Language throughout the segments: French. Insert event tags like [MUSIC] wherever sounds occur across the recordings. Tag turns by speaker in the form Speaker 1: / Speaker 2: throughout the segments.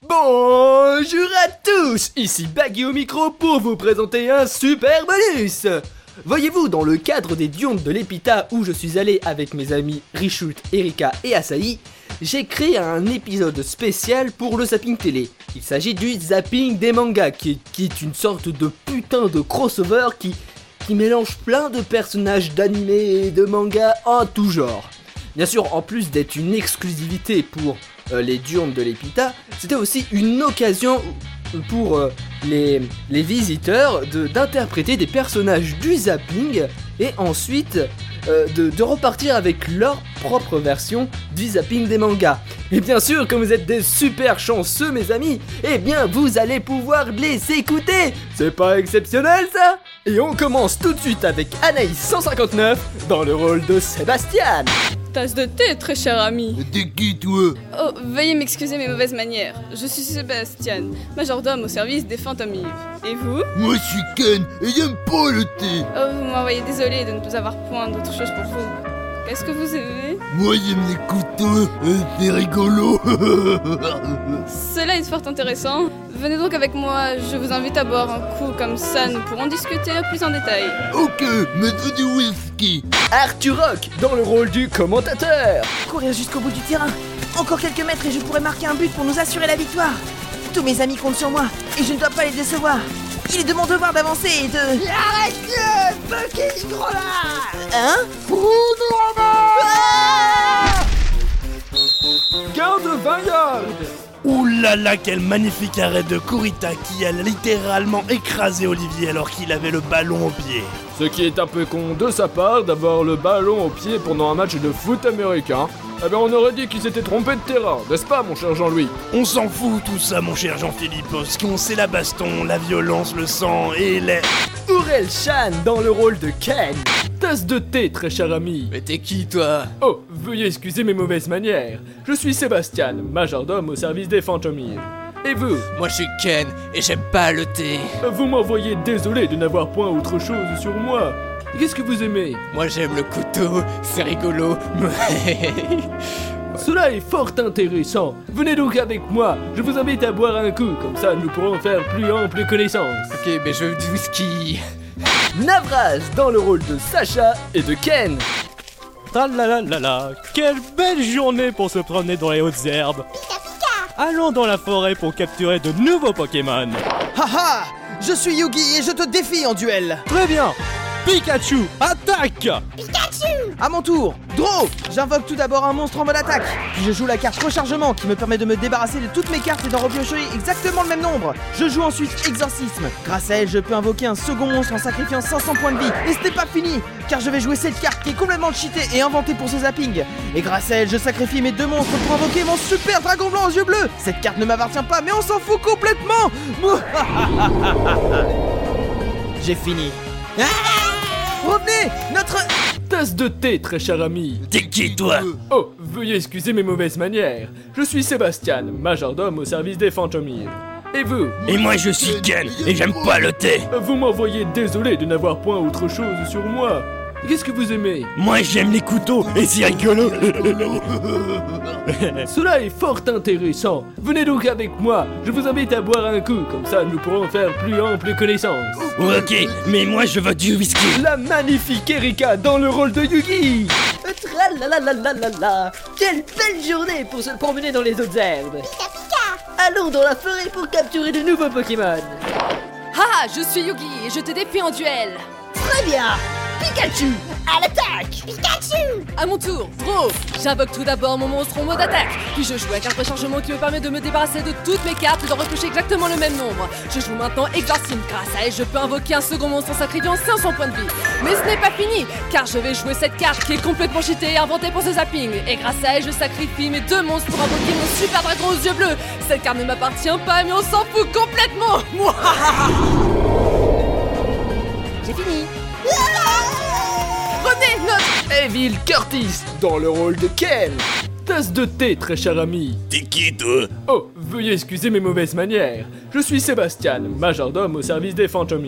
Speaker 1: Bonjour à tous, ici Baggy au micro pour vous présenter un super bonus Voyez-vous, dans le cadre des Diondes de l'Epita où je suis allé avec mes amis Richoult, Erika et Asahi, j'ai créé un épisode spécial pour le zapping télé. Il s'agit du zapping des mangas, qui, qui est une sorte de putain de crossover qui, qui mélange plein de personnages d'animés et de mangas en tout genre. Bien sûr, en plus d'être une exclusivité pour euh, les diurnes de l'Epita, c'était aussi une occasion pour euh, les, les visiteurs de- d'interpréter des personnages du zapping et ensuite euh, de, de repartir avec leur propre version du zapping des mangas. Et bien sûr, comme vous êtes des super chanceux, mes amis, eh bien vous allez pouvoir les écouter C'est pas exceptionnel ça Et on commence tout de suite avec Anaïs 159 dans le rôle de Sébastien
Speaker 2: Tasse de thé, très cher ami.
Speaker 3: T'es qui, toi
Speaker 2: Oh, veuillez m'excuser mes mauvaises manières. Je suis Sébastien, majordome au service des fantômes Yves. Et vous
Speaker 3: Moi, je suis Ken, et j'aime pas le thé
Speaker 2: Oh, vous m'envoyez désolé de ne plus avoir point d'autre chose pour vous. Qu'est-ce que vous aimez
Speaker 3: Moi, j'aime les couteaux, euh, c'est rigolo [LAUGHS]
Speaker 2: Cela est fort intéressant. Venez donc avec moi, je vous invite à boire un coup comme ça, nous pourrons discuter plus en détail.
Speaker 3: Ok, mettez du whisky
Speaker 1: Arthur Rock dans le rôle du commentateur
Speaker 4: Courir jusqu'au bout du terrain. Encore quelques mètres et je pourrais marquer un but pour nous assurer la victoire. Tous mes amis comptent sur moi et je ne dois pas les décevoir. Il est de mon devoir d'avancer et de... Arrête-le, fucking gros Hein
Speaker 1: Garde Vineyard
Speaker 5: Ouh là là, quel magnifique arrêt de Kurita qui a littéralement écrasé Olivier alors qu'il avait le ballon au pied.
Speaker 6: Ce qui est un peu con de sa part d'avoir le ballon au pied pendant un match de foot américain. Eh ben on aurait dit qu'il s'était trompé de terrain, n'est-ce pas mon cher Jean-Louis
Speaker 5: On s'en fout tout ça, mon cher Jean-Philippe. Ce qu'on sait, la baston, la violence, le sang et les...
Speaker 1: Aurel Chan dans le rôle de Ken
Speaker 6: Tasse de thé très cher ami
Speaker 7: Mais t'es qui toi
Speaker 6: Oh, veuillez excuser mes mauvaises manières. Je suis Sébastien, majordome au service des fantômes. Et vous
Speaker 7: Moi je suis Ken et j'aime pas le thé.
Speaker 6: Vous m'envoyez désolé de n'avoir point autre chose sur moi. Qu'est-ce que vous aimez
Speaker 7: Moi j'aime le couteau, c'est rigolo. [LAUGHS]
Speaker 6: Cela est fort intéressant. Venez donc avec moi. Je vous invite à boire un coup, comme ça nous pourrons faire plus ample connaissance.
Speaker 7: ok, mais je veux du whisky.
Speaker 1: Navras dans le rôle de Sacha et de Ken
Speaker 8: Ah là là là là, quelle belle journée pour se promener dans les hautes herbes Allons dans la forêt pour capturer de nouveaux Pokémon
Speaker 4: Haha Je suis Yugi et je te défie en duel
Speaker 8: Très bien Pikachu, attaque
Speaker 4: À mon tour, Draw J'invoque tout d'abord un monstre en mode attaque, puis je joue la carte rechargement qui me permet de me débarrasser de toutes mes cartes et d'en repiocher exactement le même nombre. Je joue ensuite exorcisme. Grâce à elle, je peux invoquer un second monstre en sacrifiant 500 points de vie. Et ce n'est pas fini, car je vais jouer cette carte qui est complètement cheatée et inventée pour ce zapping. Et grâce à elle, je sacrifie mes deux monstres pour invoquer mon super dragon blanc aux yeux bleus. Cette carte ne m'appartient pas, mais on s'en fout complètement. [LAUGHS] J'ai fini. Ah Revenez, notre
Speaker 6: Tasse de thé, très cher ami.
Speaker 5: T'es qui, toi
Speaker 6: Oh, veuillez excuser mes mauvaises manières. Je suis Sébastien, majordome au service des fantômes. Et vous
Speaker 5: Et moi, je suis Ken et j'aime pas le thé.
Speaker 6: Vous m'envoyez désolé de n'avoir point autre chose sur moi. Qu'est-ce que vous aimez
Speaker 5: Moi, j'aime les couteaux et c'est rigolo. [LAUGHS]
Speaker 6: Cela est fort intéressant. Venez donc avec moi. Je vous invite à boire un coup, comme ça nous pourrons faire plus ample connaissance.
Speaker 5: ok, mais moi, je veux du whisky.
Speaker 1: La magnifique Erika dans le rôle de Yugi Tralalalalala Quelle belle journée pour se promener dans les hautes herbes Allons dans la forêt pour capturer de nouveaux Pokémon
Speaker 9: Ah, je suis Yugi et je te défie en duel.
Speaker 4: Très bien
Speaker 9: Pikachu, à l'attaque Pikachu À mon tour, Bro J'invoque tout d'abord mon monstre en mode attaque, puis je joue la carte rechargement qui me permet de me débarrasser de toutes mes cartes et d'en retoucher exactement le même nombre. Je joue maintenant Exorcisme, grâce à elle je peux invoquer un second monstre en sacrifiant 500 points de vie. Mais ce n'est pas fini, car je vais jouer cette carte qui est complètement cheatée et inventée pour ce zapping. Et grâce à elle je sacrifie mes deux monstres pour invoquer mon super dragon aux yeux bleus. Cette carte ne m'appartient pas mais on s'en fout complètement Moi J'ai fini Revenez, notre
Speaker 1: Evil Curtis dans le rôle de Ken
Speaker 6: Tasse de thé, très cher ami.
Speaker 5: T'es qui, toi
Speaker 6: Oh, veuillez excuser mes mauvaises manières. Je suis Sébastien, majordome au service des fantômes.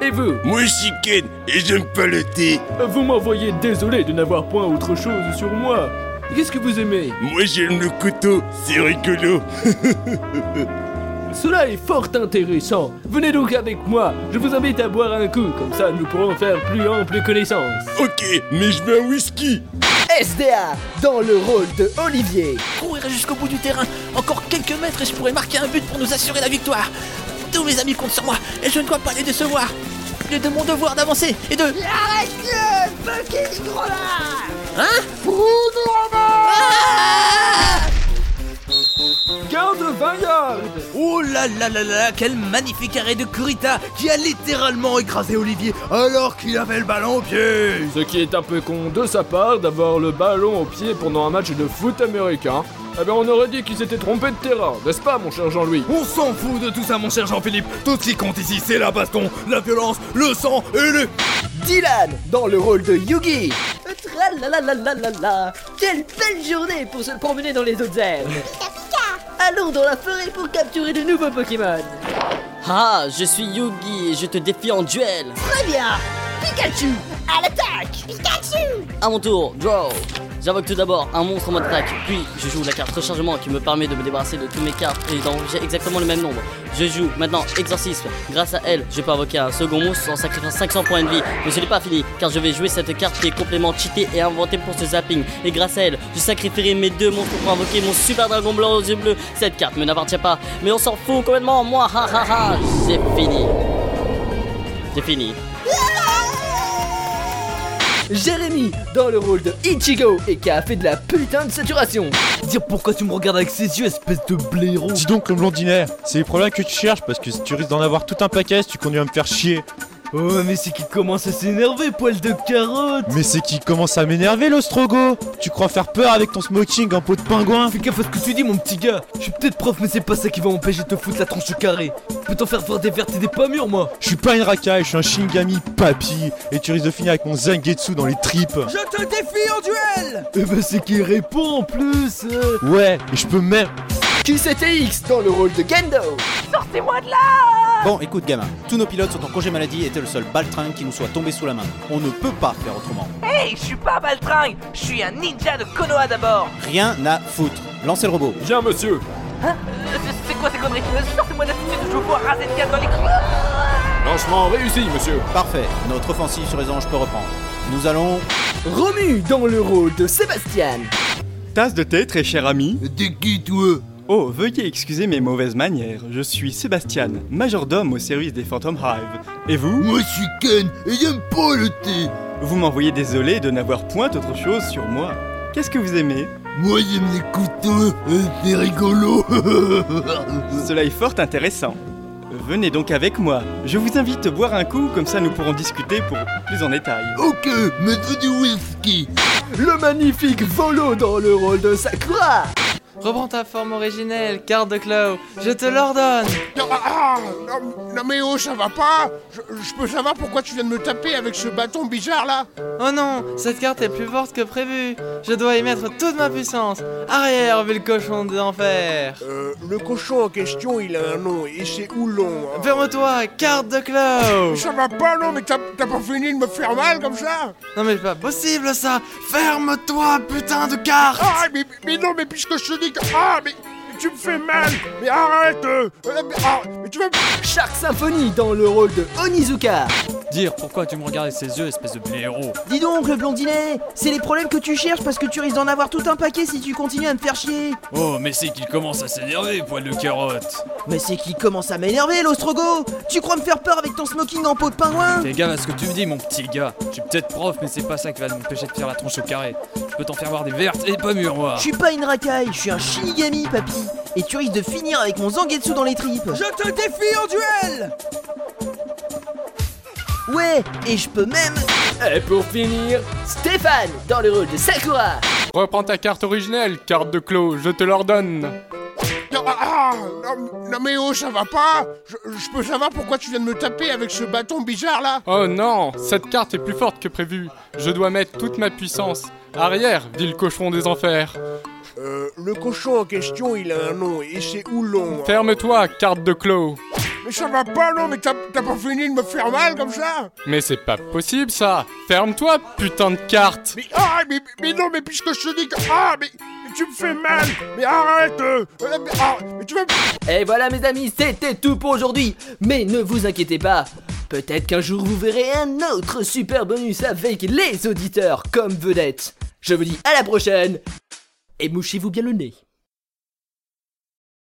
Speaker 6: Et vous
Speaker 5: Moi, je suis Ken et j'aime pas le thé.
Speaker 6: Vous m'envoyez désolé de n'avoir point autre chose sur moi.
Speaker 1: Qu'est-ce que vous aimez
Speaker 10: Moi j'aime le couteau, c'est rigolo.
Speaker 1: [LAUGHS] Cela est fort intéressant. Venez donc avec moi. Je vous invite à boire un coup. Comme ça, nous pourrons faire plus ample connaissance.
Speaker 10: Ok, mais je veux un whisky.
Speaker 4: SDA dans le rôle de Olivier.
Speaker 11: Courir jusqu'au bout du terrain. Encore quelques mètres et je pourrais marquer un but pour nous assurer la victoire. Tous mes amis comptent sur moi et je ne dois pas les décevoir. Il est de mon devoir d'avancer et de.
Speaker 12: Arrête-le, fucking gros lard
Speaker 11: Hein
Speaker 6: Garde Vineyard
Speaker 11: Oh là là là là, quel magnifique arrêt de Kurita qui a littéralement écrasé Olivier alors qu'il avait le ballon au pied
Speaker 6: Ce qui est un peu con de sa part d'avoir le ballon au pied pendant un match de foot américain. Eh bien, on aurait dit qu'il s'était trompé de terrain, n'est-ce pas, mon cher Jean-Louis
Speaker 10: On s'en fout de tout ça, mon cher Jean-Philippe. Tout ce qui compte ici, c'est la baston, la violence, le sang et le.
Speaker 4: Dylan dans le rôle de Yugi.
Speaker 12: Tralalalalalalala. Quelle belle journée pour se promener dans les hautes herbes Allons dans la forêt pour capturer de nouveaux Pokémon
Speaker 13: Ah, je suis Yugi et je te défie en duel.
Speaker 12: Très bien Pikachu À l'attaque Pikachu
Speaker 13: À mon tour, draw. J'invoque tout d'abord un monstre en mode attaque, puis je joue la carte rechargement qui me permet de me débarrasser de tous mes cartes et d'enregistrer exactement le même nombre. Je joue maintenant exorcisme. Grâce à elle, je peux invoquer un second monstre en sacrifiant 500 points de vie. Mais ce n'est pas fini, car je vais jouer cette carte qui est complètement cheatée et inventée pour ce zapping. Et grâce à elle, je sacrifierai mes deux monstres pour invoquer mon super dragon blanc aux yeux bleus. Cette carte me n'appartient pas, mais on s'en fout complètement, moi, ha ha ha, c'est fini. C'est fini.
Speaker 1: Jérémy dans le rôle de Ichigo et qui a fait de la putain de saturation.
Speaker 9: Dire pourquoi tu me regardes avec ces yeux, espèce de blaireau
Speaker 14: Dis donc, le blondinet, c'est les problèmes que tu cherches parce que tu risques d'en avoir tout un paquet si tu continues à me faire chier.
Speaker 9: Oh, mais c'est qui commence à s'énerver, poil de carotte
Speaker 14: Mais c'est qui commence à m'énerver, l'ostrogo Tu crois faire peur avec ton smoking en peau de pingouin
Speaker 9: Fais gaffe à ce que tu dis, mon petit gars Je suis peut-être prof, mais c'est pas ça qui va m'empêcher de te foutre la tronche au carré Je peux t'en faire voir des vertes et des pas mûres, moi
Speaker 14: Je suis pas une racaille, je suis un Shingami papy Et tu risques de finir avec mon Zangetsu dans les tripes
Speaker 4: Je te défie en duel
Speaker 9: Eh ben, c'est qui répond en plus euh...
Speaker 14: Ouais, et je peux même...
Speaker 1: QCTX dans le rôle de Gendo
Speaker 12: Sortez-moi de là
Speaker 15: Bon, écoute, gamin, tous nos pilotes sont en congé maladie et t'es le seul baltringue qui nous soit tombé sous la main. On ne peut pas faire autrement.
Speaker 12: Hey, je suis pas baltringue Je suis un ninja de Konoha d'abord
Speaker 15: Rien à foutre. Lancez le robot.
Speaker 6: Bien, monsieur
Speaker 12: Hein euh, C'est quoi ces conneries Sortez-moi de là tout de suite je veux voir raser de gaz dans les
Speaker 6: Lancement réussi, monsieur
Speaker 15: Parfait, notre offensive sur les anges peut reprendre. Nous allons.
Speaker 1: Romu dans le rôle de Sébastien
Speaker 5: Tasse de thé, très cher ami.
Speaker 16: T'es qui, toi
Speaker 5: Oh, veuillez excuser mes mauvaises manières. Je suis Sébastien, majordome au service des Phantom Hive. Et vous
Speaker 16: Moi, je suis Ken et j'aime pas le thé.
Speaker 5: Vous m'envoyez désolé de n'avoir point autre chose sur moi. Qu'est-ce que vous aimez
Speaker 16: Moi, j'aime les couteaux. euh, C'est rigolo. [LAUGHS]
Speaker 5: Cela est fort intéressant. Venez donc avec moi. Je vous invite à boire un coup, comme ça nous pourrons discuter pour plus en détail.
Speaker 16: ok, mettez du whisky.
Speaker 1: Le magnifique Volo dans le rôle de Sakura
Speaker 9: Reprends ta forme originelle, carte de Clow, je te l'ordonne
Speaker 17: Non, ah, non, non, mais oh, ça va pas je, je peux savoir pourquoi tu viens de me taper avec ce bâton bizarre là
Speaker 9: Oh non, cette carte est plus forte que prévu Je dois y mettre toute ma puissance Arrière, vu le cochon des enfers
Speaker 17: euh, Le cochon en question, il a un nom, et c'est Oulon hein.
Speaker 9: Ferme-toi, carte de Clow
Speaker 17: Ça va pas, non, mais t'as pas fini de me faire mal comme ça
Speaker 9: Non mais c'est pas possible ça Ferme-toi, putain de carte
Speaker 17: Ah, mais, mais non, mais puisque je te dis ah, mais tu me fais mal Mais arrête euh, mais, ah, mais tu vas...
Speaker 1: Shark Symphony dans le rôle de Onizuka
Speaker 9: Dire pourquoi tu me regardes avec ses yeux, espèce de blaireau
Speaker 4: Dis donc, le blondinet C'est les problèmes que tu cherches parce que tu risques d'en avoir tout un paquet si tu continues à me faire chier
Speaker 10: Oh, mais c'est qu'il commence à s'énerver, poil de carotte
Speaker 4: Mais c'est qu'il commence à m'énerver, l'ostrogo Tu crois me faire peur avec ton smoking en peau de pingouin
Speaker 9: Fais gaffe à ce que tu me dis, mon petit gars Je suis peut-être prof, mais c'est pas ça qui va m'empêcher de faire la tronche au carré Je peux t'en faire voir des vertes et pas mûres, moi
Speaker 4: Je suis pas une racaille, je suis un shinigami, papy et tu risques de finir avec mon Zangetsu dans les tripes. Je te défie en duel Ouais, et je peux même...
Speaker 1: Et pour finir, Stéphane dans le rôle de Sakura
Speaker 18: Reprends ta carte originelle, carte de Clos, je te l'ordonne
Speaker 17: non, ah, non, non, mais oh, ça va pas je, je, peux savoir pourquoi tu viens de me taper avec ce bâton bizarre là
Speaker 18: Oh non, cette carte est plus forte que prévu. Je dois mettre toute ma puissance. Arrière, dit le cochon des enfers.
Speaker 17: Euh, le cochon en question, il a un nom, et c'est Oulon.
Speaker 18: Ferme-toi, carte de Clos.
Speaker 17: Mais
Speaker 6: ça va pas, non, mais t'as t'as pas fini de me faire mal comme ça
Speaker 19: Mais c'est pas possible ça Ferme-toi, putain de carte
Speaker 6: Mais ah, mais, mais non, mais puisque je te dis que ah, mais, mais tu me fais mal, mais arrête, euh, euh, mais, ah, mais tu vas
Speaker 1: Et voilà mes amis, c'était tout pour aujourd'hui. Mais ne vous inquiétez pas, peut-être qu'un jour vous verrez un autre super bonus avec les auditeurs comme vedette. Je vous dis à la prochaine et mouchez-vous bien le nez.